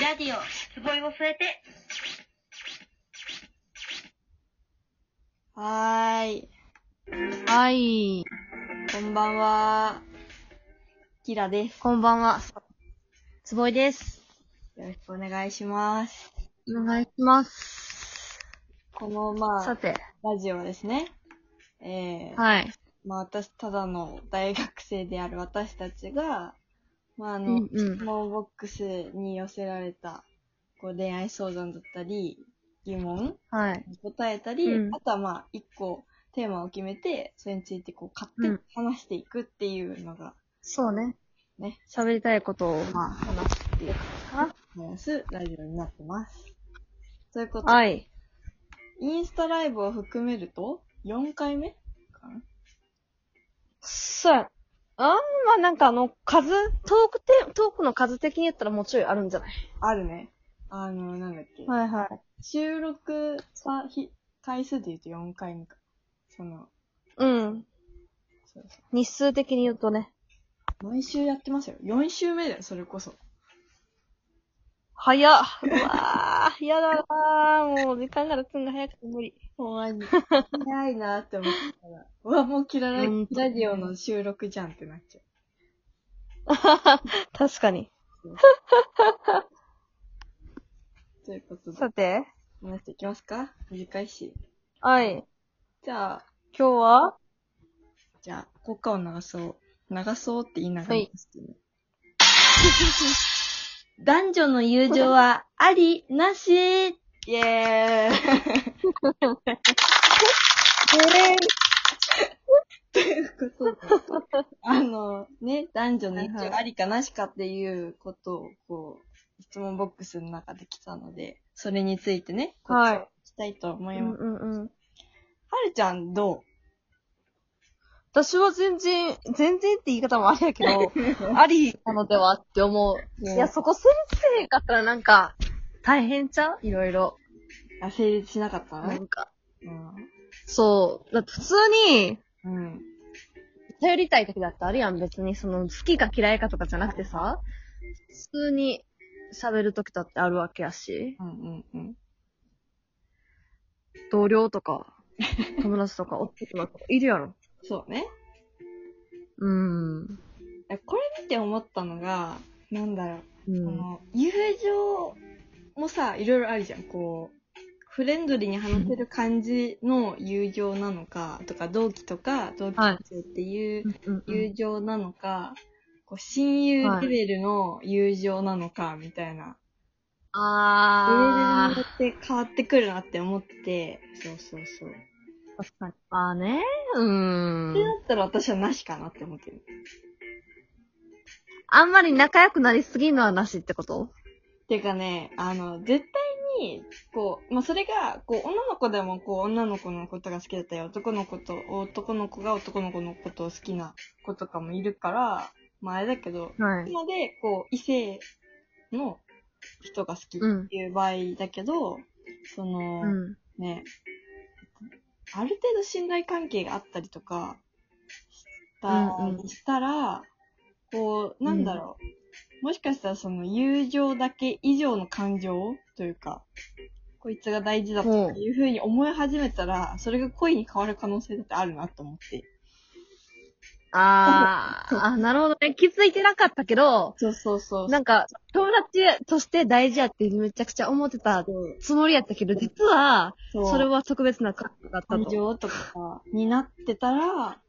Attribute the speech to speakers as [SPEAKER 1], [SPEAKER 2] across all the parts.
[SPEAKER 1] ラディオ、つぼいを添えて。
[SPEAKER 2] はーい。はい。こんばんは。キラです。
[SPEAKER 3] こんばんは。つぼいです。
[SPEAKER 2] よろしくお願いします。
[SPEAKER 3] お願いします。
[SPEAKER 2] この、ま
[SPEAKER 3] さ
[SPEAKER 2] あ、
[SPEAKER 3] て、
[SPEAKER 2] ラジオはですね。えー、
[SPEAKER 3] はい。
[SPEAKER 2] まあ私、ただの大学生である私たちが、まああ
[SPEAKER 3] う
[SPEAKER 2] の、
[SPEAKER 3] んうん
[SPEAKER 2] 質。問ボックスに寄せられた、こう恋愛相談だったり、疑問
[SPEAKER 3] はい。
[SPEAKER 2] 答えたり、
[SPEAKER 3] うん
[SPEAKER 2] あとはまあ、一個テーマを決めて、それについてこう、勝手に話していくっていうのが、
[SPEAKER 3] そうね。
[SPEAKER 2] ね、
[SPEAKER 3] 喋りたいことを、
[SPEAKER 2] まあ、話すっていう
[SPEAKER 3] か
[SPEAKER 2] か、話すラジオになってます。ということで、
[SPEAKER 3] はい。
[SPEAKER 2] インスタライブを含めると、4回目かな
[SPEAKER 3] そうや。あんまなんかあの、数、トークて、トークの数的に言ったらもうちょいあるんじゃない
[SPEAKER 2] あるね。あの、なんだっけ。
[SPEAKER 3] はいはい。
[SPEAKER 2] 収録さ、ひ、回数で言うと4回目か。その、
[SPEAKER 3] うん。
[SPEAKER 2] そうそ
[SPEAKER 3] 日数的に言うとね。
[SPEAKER 2] う。毎週やってますよ。4週目だよ、それこそ。
[SPEAKER 3] 早っ。うわー、 やだなー。もう時間が経つのが早くて無理。
[SPEAKER 2] ほんまに。早いなって思ったから。うわ、もうキララ
[SPEAKER 3] うん
[SPEAKER 2] ラジオの収録じゃんってなっちゃ
[SPEAKER 3] 確かに。
[SPEAKER 2] う。ということで、
[SPEAKER 3] さて、
[SPEAKER 2] 話していきますか短いし。
[SPEAKER 3] はい。
[SPEAKER 2] じゃあ、
[SPEAKER 3] 今日は
[SPEAKER 2] じゃあ、効果を流そう。流そうって言いながらですけどね、男女の友情はあり、なしイェーイということで、あの、ね、男女の友情ありかなしかっていうことを、こう、質問ボックスの中で来たので、それについてね、
[SPEAKER 3] はい
[SPEAKER 2] 答えていきたいと思
[SPEAKER 3] う
[SPEAKER 2] いま
[SPEAKER 3] ん
[SPEAKER 2] す。は
[SPEAKER 3] うんうん。
[SPEAKER 2] るちゃん、ど
[SPEAKER 3] 私は全然、全然って言い方もあれやけど、ありなのではって思う。
[SPEAKER 2] ね
[SPEAKER 3] いや、そこ先生かったらなんか、大変ちゃういろいろ。
[SPEAKER 2] うあ、成立しなかった
[SPEAKER 3] な
[SPEAKER 2] の
[SPEAKER 3] んか、
[SPEAKER 2] うん。
[SPEAKER 3] そう。だって普通に、
[SPEAKER 2] うん。
[SPEAKER 3] 頼りたい時だってあるやん、別に。その、好きか嫌いかとかじゃなくてさ、普通に喋る時だってあるわけやし、
[SPEAKER 2] うんうんうん。
[SPEAKER 3] 同僚とか、友達とか、夫とか、いるやろ。
[SPEAKER 2] そうね。
[SPEAKER 3] うん。
[SPEAKER 2] これ見て思ったのが、なんだろう、
[SPEAKER 3] う
[SPEAKER 2] こ
[SPEAKER 3] ん。
[SPEAKER 2] の、友情もさ、いろいろあるじゃん。こう、フレンドリーに話せる感じの友情なのか、とか、同期とか、同期
[SPEAKER 3] はい
[SPEAKER 2] 生っていう
[SPEAKER 3] うん
[SPEAKER 2] 友情なのか、こう親友レベルの友情なのか、みたいな。レベル
[SPEAKER 3] あ
[SPEAKER 2] によ
[SPEAKER 3] ー、
[SPEAKER 2] って変わってくるなって思ってて、そうそうそう。
[SPEAKER 3] 確かに。あーね。うん
[SPEAKER 2] それ。だったら私はなしかなって思ってる。
[SPEAKER 3] あんまり仲良くなりすぎるのはなしってこと
[SPEAKER 2] てかね、あの、絶対に、こう、まあ、それが、こう、女の子でも、こう、女の子のことが好きだったり、男の子と、男の子が男の子のことを好きな子とかもいるから、まあ、あれだけど、
[SPEAKER 3] は
[SPEAKER 2] あく。まで、こう、異性の人が好き
[SPEAKER 3] うん
[SPEAKER 2] っていう場合だけど、その、
[SPEAKER 3] うん。
[SPEAKER 2] ね、ある程度信頼関係があったりとかした
[SPEAKER 3] うんうん
[SPEAKER 2] りしたら、こう、なんだろう、もしかしたらその友情だけ以上の感情というか、こいつが大事だというふうに思い始めたら、それが恋に変わる可能性だってあるなと思って。
[SPEAKER 3] あー、 あ、なるほどね。気づいてなかったけど、
[SPEAKER 2] そうそうそう。
[SPEAKER 3] なんか、友達として大事やってめちゃくちゃ思ってた
[SPEAKER 2] そう
[SPEAKER 3] つもりやったけど、実は、
[SPEAKER 2] そう
[SPEAKER 3] それは特別な感情だった
[SPEAKER 2] 感
[SPEAKER 3] と。
[SPEAKER 2] 情とかになってたら、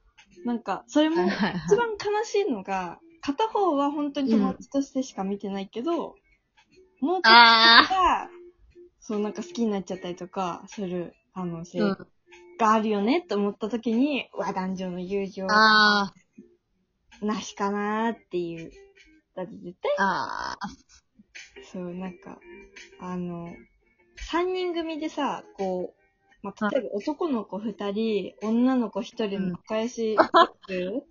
[SPEAKER 2] なんか、それも、
[SPEAKER 3] はい
[SPEAKER 2] 一番悲しいのが、片方は本当に友達としてしか見てないけど、もう片方
[SPEAKER 3] あ
[SPEAKER 2] が、そうなんか好きになっちゃったりとかする可能性
[SPEAKER 3] ー。うん
[SPEAKER 2] があるよねって思った時に、うわ、男女の友情な
[SPEAKER 3] あー。
[SPEAKER 2] しかなーっていう。だって絶対、
[SPEAKER 3] あー。
[SPEAKER 2] そう、なんか、あの、三人組でさ、こう、まあ、例えば男の子二人、女の子一人の仲良 しグループ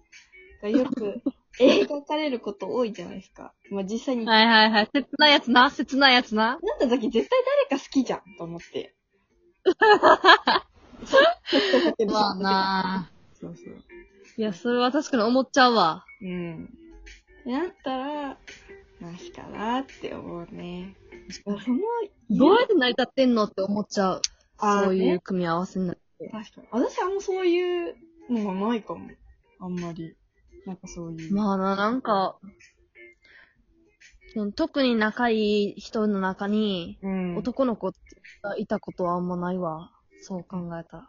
[SPEAKER 2] がよく描かれること多いじゃないですか。まあ、実際に
[SPEAKER 3] はいはいはい。切ないやつな、切ないやつな。
[SPEAKER 2] なった時絶対誰か好きじゃんと思っ て。
[SPEAKER 3] まあな
[SPEAKER 2] そうそう。
[SPEAKER 3] いや、それは確かに思っちゃうわ。
[SPEAKER 2] うん。ってなったら、なしかなって思うね。いやその、
[SPEAKER 3] どうやって成り立ってんのって思っちゃう。
[SPEAKER 2] あー
[SPEAKER 3] そうい
[SPEAKER 2] ね
[SPEAKER 3] う組み合わせになる。
[SPEAKER 2] 確かに。私あんまそういうのがないかも。あんまり。なんかそういう。
[SPEAKER 3] まあな、なんか、その特に仲いい人の中に、
[SPEAKER 2] うん。
[SPEAKER 3] 男の子がいたことはあんまないわ。そう考えたら。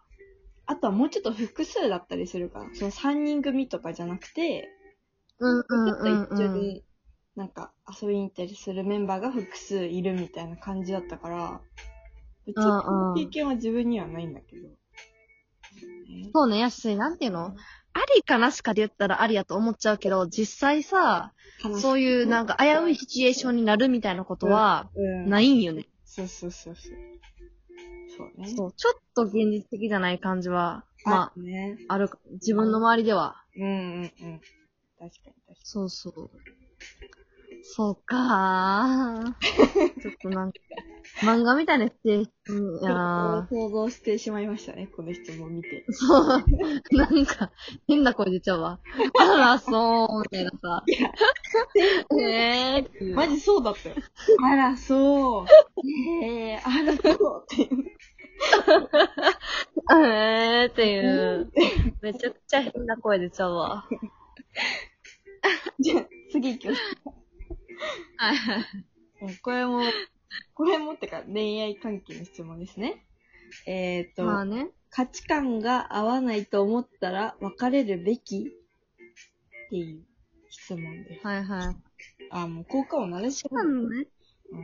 [SPEAKER 2] あとはもうちょっと複数だったりするから。その3人組とかじゃなくて、
[SPEAKER 3] うんう
[SPEAKER 2] ち
[SPEAKER 3] ん
[SPEAKER 2] ょっと
[SPEAKER 3] うん、
[SPEAKER 2] 一緒
[SPEAKER 3] うん。
[SPEAKER 2] になんか遊びに行ったりするメンバーが複数いるみたいな感じだったから、うち
[SPEAKER 3] うんう
[SPEAKER 2] の
[SPEAKER 3] ん
[SPEAKER 2] 経験は自分にはないんだけど。ね
[SPEAKER 3] そうね、やし、なんていうのありかなしかで言ったらありやと思っちゃうけど、実際さ、
[SPEAKER 2] 話
[SPEAKER 3] そういうなんか危ういシチュエーションになるみたいなことは、
[SPEAKER 2] うん
[SPEAKER 3] ないんよね。
[SPEAKER 2] そうそうそうそう。そうね。
[SPEAKER 3] そう、ちょっと現実的じゃない感じは、ま
[SPEAKER 2] あね。
[SPEAKER 3] あ、あるか、自分の周りでは。
[SPEAKER 2] うんうんうん。確かに確か
[SPEAKER 3] そうそう。そう かー。ちょっとなんか、漫画みたいなステージ
[SPEAKER 2] に。
[SPEAKER 3] やな
[SPEAKER 2] 想像してしまいましたね、この質問見て。
[SPEAKER 3] ー。そう。なんか、変な声出ちゃうわ。あら、そう、みたいなさ。ねえー。
[SPEAKER 2] マジそうだったよ。 あら、そう。ええあら、そう。って。
[SPEAKER 3] えーっていう。めちゃくちゃ変な声出ちゃうわ。
[SPEAKER 2] じゃあ、次行きます。うんこれも、これもってか、恋愛関係の質問ですね。えっ、と、
[SPEAKER 3] まあね。
[SPEAKER 2] 価値観が合わないと思ったら別れるべきっていう質問です。
[SPEAKER 3] はいはい。
[SPEAKER 2] あ、もう効果音鳴らし
[SPEAKER 3] 価値観ね。
[SPEAKER 2] うん。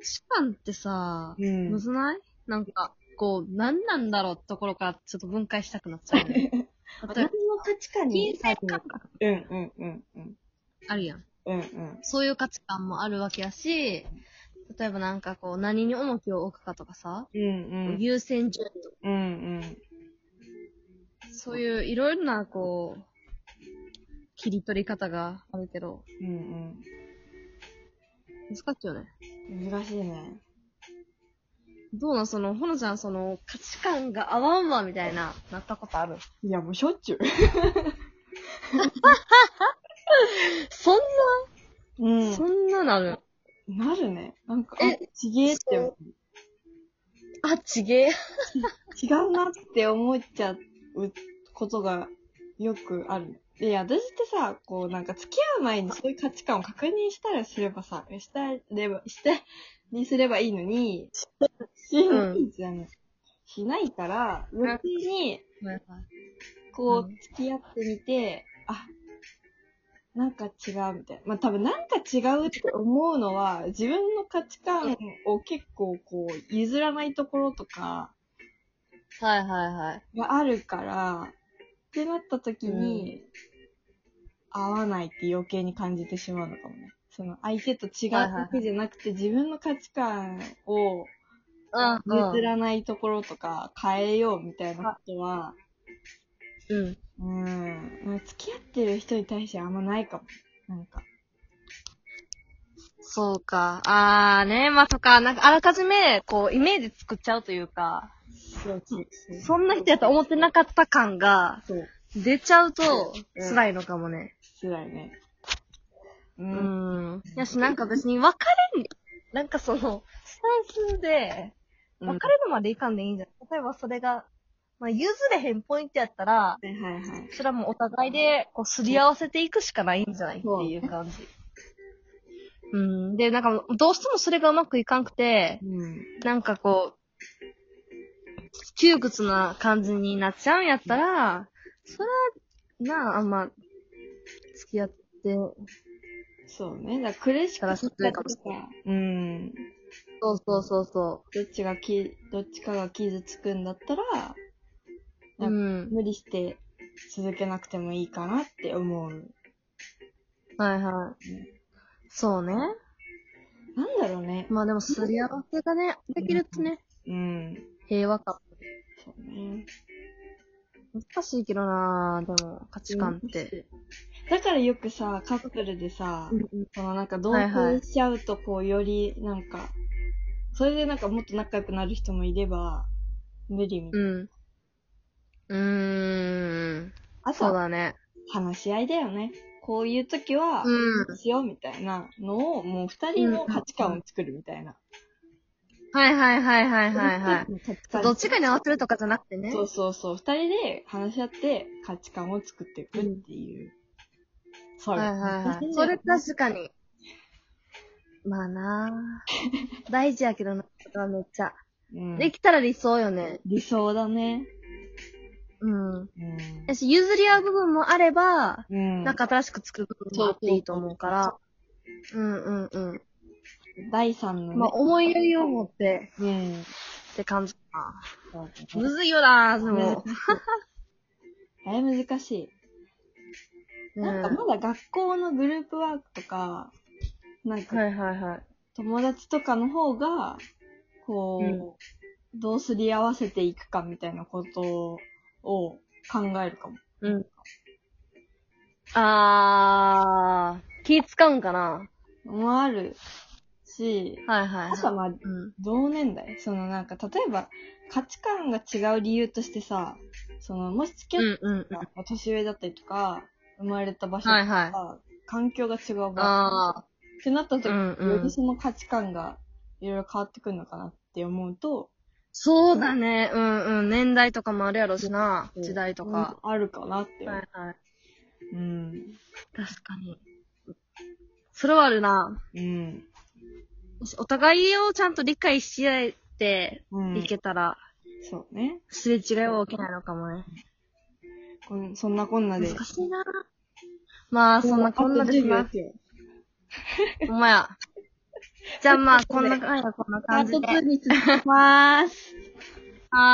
[SPEAKER 3] 価値観ってさ、
[SPEAKER 2] うん
[SPEAKER 3] むずないなんか、こう、何なんだろうってところからちょっと分解したくなっ ちゃうね。例
[SPEAKER 2] 私
[SPEAKER 3] え
[SPEAKER 2] の
[SPEAKER 3] ば、
[SPEAKER 2] 価値観
[SPEAKER 3] 金
[SPEAKER 2] に。
[SPEAKER 3] 銭感覚
[SPEAKER 2] うんうんうんうん。
[SPEAKER 3] あるやん。
[SPEAKER 2] うんうん。
[SPEAKER 3] そういう価値観もあるわけやし、例えばなんかこう、何に重きを置くかとかさ、
[SPEAKER 2] うん
[SPEAKER 3] 優先順位とか、
[SPEAKER 2] うん。うんうん。
[SPEAKER 3] そういういろいろなこう、切り取り方があるけど、
[SPEAKER 2] うん
[SPEAKER 3] 難しいよね。
[SPEAKER 2] うん。難しいね。
[SPEAKER 3] どうなんその、ほのちゃん、その、価値観が合わんわ、みたいな、なったことある
[SPEAKER 2] いや、もうしょっちゅう。
[SPEAKER 3] そん
[SPEAKER 2] う
[SPEAKER 3] な、そんななる。
[SPEAKER 2] なるね。なんか、
[SPEAKER 3] え
[SPEAKER 2] あ、ちげえって思う、
[SPEAKER 3] あ、ちげえ。
[SPEAKER 2] 違うなって思っちゃうことがよくある。で、私ってさ、こう、なんか付き合う前にそういう価値観を確認したらすればさ、したれば、して、にすればいいのに、しないじゃん。しないから、別に、こ
[SPEAKER 3] うん
[SPEAKER 2] う、付き合ってみて、あ、なんか違うみたいな。まあ、多分なんか違うって思うのは、自分の価値観を結構こう、譲らないところとか
[SPEAKER 3] はいはいはい。
[SPEAKER 2] があるから、ってなった時に、合わないって余計に感じてしまうのかもね。その、相手と違うだけじゃなくて、自分の価値観を
[SPEAKER 3] うん、
[SPEAKER 2] 譲らないところとか、変えようみたいなことは、
[SPEAKER 3] うん。
[SPEAKER 2] うん。まあ、付き合ってる人に対してはあんまないかも。なんか。
[SPEAKER 3] そうか。あーね、まあとか、なんかあらかじめ、こう、イメージ作っちゃうというか、
[SPEAKER 2] そうそうそう。
[SPEAKER 3] そんな人やと思ってなかった感が
[SPEAKER 2] そう。
[SPEAKER 3] 出ちゃうと
[SPEAKER 2] うん
[SPEAKER 3] 辛いのかもね。
[SPEAKER 2] 辛いね。う。
[SPEAKER 3] うんん。やし、なんか別に別れん、なんかその、スタンスで、
[SPEAKER 2] うん
[SPEAKER 3] 別れるまでいかんでいいんじゃない、例えばそれが、まあ譲れへんポイントやったら、
[SPEAKER 2] はいはいはい。
[SPEAKER 3] それはもうお互いで、こう、すり合わせていくしかないんじゃないっていう感じ。うん。で、なんか、どうしてもそれがうまくいかんくて、
[SPEAKER 2] うん。
[SPEAKER 3] なんかこう、窮屈な感じになっちゃうんやったら、それは、なあ、あんま、付き合って、
[SPEAKER 2] そうね。だから苦しかったりと
[SPEAKER 3] 正しくない
[SPEAKER 2] か。うん。
[SPEAKER 3] そうそうそうそ
[SPEAKER 2] どっちがき、どっちかが傷つくんだったら、
[SPEAKER 3] う。うん。
[SPEAKER 2] 無理して続けなくてもいいかなって思う。
[SPEAKER 3] はいはい。そうね。
[SPEAKER 2] なんだろうね。
[SPEAKER 3] まあでも、すり合わせがね、できるとね、
[SPEAKER 2] うん。
[SPEAKER 3] 平和か。
[SPEAKER 2] そうね。
[SPEAKER 3] 難しいけどなでも、価値観って。
[SPEAKER 2] だからよくさ、カップルでさ、そのなんか同
[SPEAKER 3] はいはい
[SPEAKER 2] 棲しちゃうとこうよりなんか、それでなんかもっと仲良くなる人もいれば、無理みた
[SPEAKER 3] う
[SPEAKER 2] いな。
[SPEAKER 3] ん。うーん。
[SPEAKER 2] あと
[SPEAKER 3] そう
[SPEAKER 2] は
[SPEAKER 3] だね。
[SPEAKER 2] 話し合いだよね。こういう時は、
[SPEAKER 3] うん。
[SPEAKER 2] しようみたいなのを、もう二人の価値観を作るみたいな。
[SPEAKER 3] はいはいはいはいはい
[SPEAKER 2] 二
[SPEAKER 3] は
[SPEAKER 2] 人の価値
[SPEAKER 3] い。
[SPEAKER 2] 観
[SPEAKER 3] どっちかに合わせるとかじゃなくてね。
[SPEAKER 2] そうそうそう。二人で話し合って価値観を作っていくっていう。そ
[SPEAKER 3] はいはいはい。それ確かに。まあなぁ。大事やけどな、それはめっちゃ。
[SPEAKER 2] うん
[SPEAKER 3] できたら理想よね。
[SPEAKER 2] 理想だね。
[SPEAKER 3] うん。
[SPEAKER 2] うん
[SPEAKER 3] やし、譲り合う部分もあれば、
[SPEAKER 2] うん。
[SPEAKER 3] なんか新しく作る部分もあっていいと思うから。うんうんうん。
[SPEAKER 2] 第三のね。
[SPEAKER 3] まあ、思いやりを持って
[SPEAKER 2] うん。
[SPEAKER 3] って感じか
[SPEAKER 2] そうね
[SPEAKER 3] な。むずいよなぁ、で
[SPEAKER 2] 難しい
[SPEAKER 3] も。
[SPEAKER 2] あれ難しい。
[SPEAKER 3] う
[SPEAKER 2] なんか
[SPEAKER 3] ん
[SPEAKER 2] まだ学校のグループワークとか、なんか
[SPEAKER 3] いはいはい。
[SPEAKER 2] 友達とかの方が、こう、どうすり合わせていくかみたいなことを考えるかも。
[SPEAKER 3] うん。あー、気使うんかな
[SPEAKER 2] もあるし、
[SPEAKER 3] はいはい、
[SPEAKER 2] あとはまあ、
[SPEAKER 3] うん。
[SPEAKER 2] 同年代そのなんか、例えば価値観が違う理由としてさ、その、もし付き
[SPEAKER 3] う
[SPEAKER 2] 合っ
[SPEAKER 3] んうん。
[SPEAKER 2] たお年上だったりとか、生まれた場所とか、
[SPEAKER 3] はいはい。
[SPEAKER 2] 環境が違う場
[SPEAKER 3] あ
[SPEAKER 2] 合ってなった時、
[SPEAKER 3] うんうん
[SPEAKER 2] よりその価値観がいろいろ変わってくるのかなって思うと、
[SPEAKER 3] そうだね。うんうん。年代とかもあるやろしな。
[SPEAKER 2] うん
[SPEAKER 3] 時代とか。
[SPEAKER 2] うんあるかなって思う。
[SPEAKER 3] はいはい。
[SPEAKER 2] うん。
[SPEAKER 3] 確かに。それはあるな。
[SPEAKER 2] うん。
[SPEAKER 3] お互いをちゃんと理解し合えて
[SPEAKER 2] うん。
[SPEAKER 3] いけたら、
[SPEAKER 2] そうね。
[SPEAKER 3] すれ違いは起きないのかもね。
[SPEAKER 2] こんそんなこんなで。
[SPEAKER 3] 難しいな。まあ、そんなこんなです
[SPEAKER 2] あ
[SPEAKER 3] な
[SPEAKER 2] と10秒。すよ
[SPEAKER 3] ほんまや。じゃあまあ、こんな感じはこんな
[SPEAKER 2] パー
[SPEAKER 3] 感じ
[SPEAKER 2] ト
[SPEAKER 3] で。
[SPEAKER 2] 2に続きまーす。
[SPEAKER 3] はーい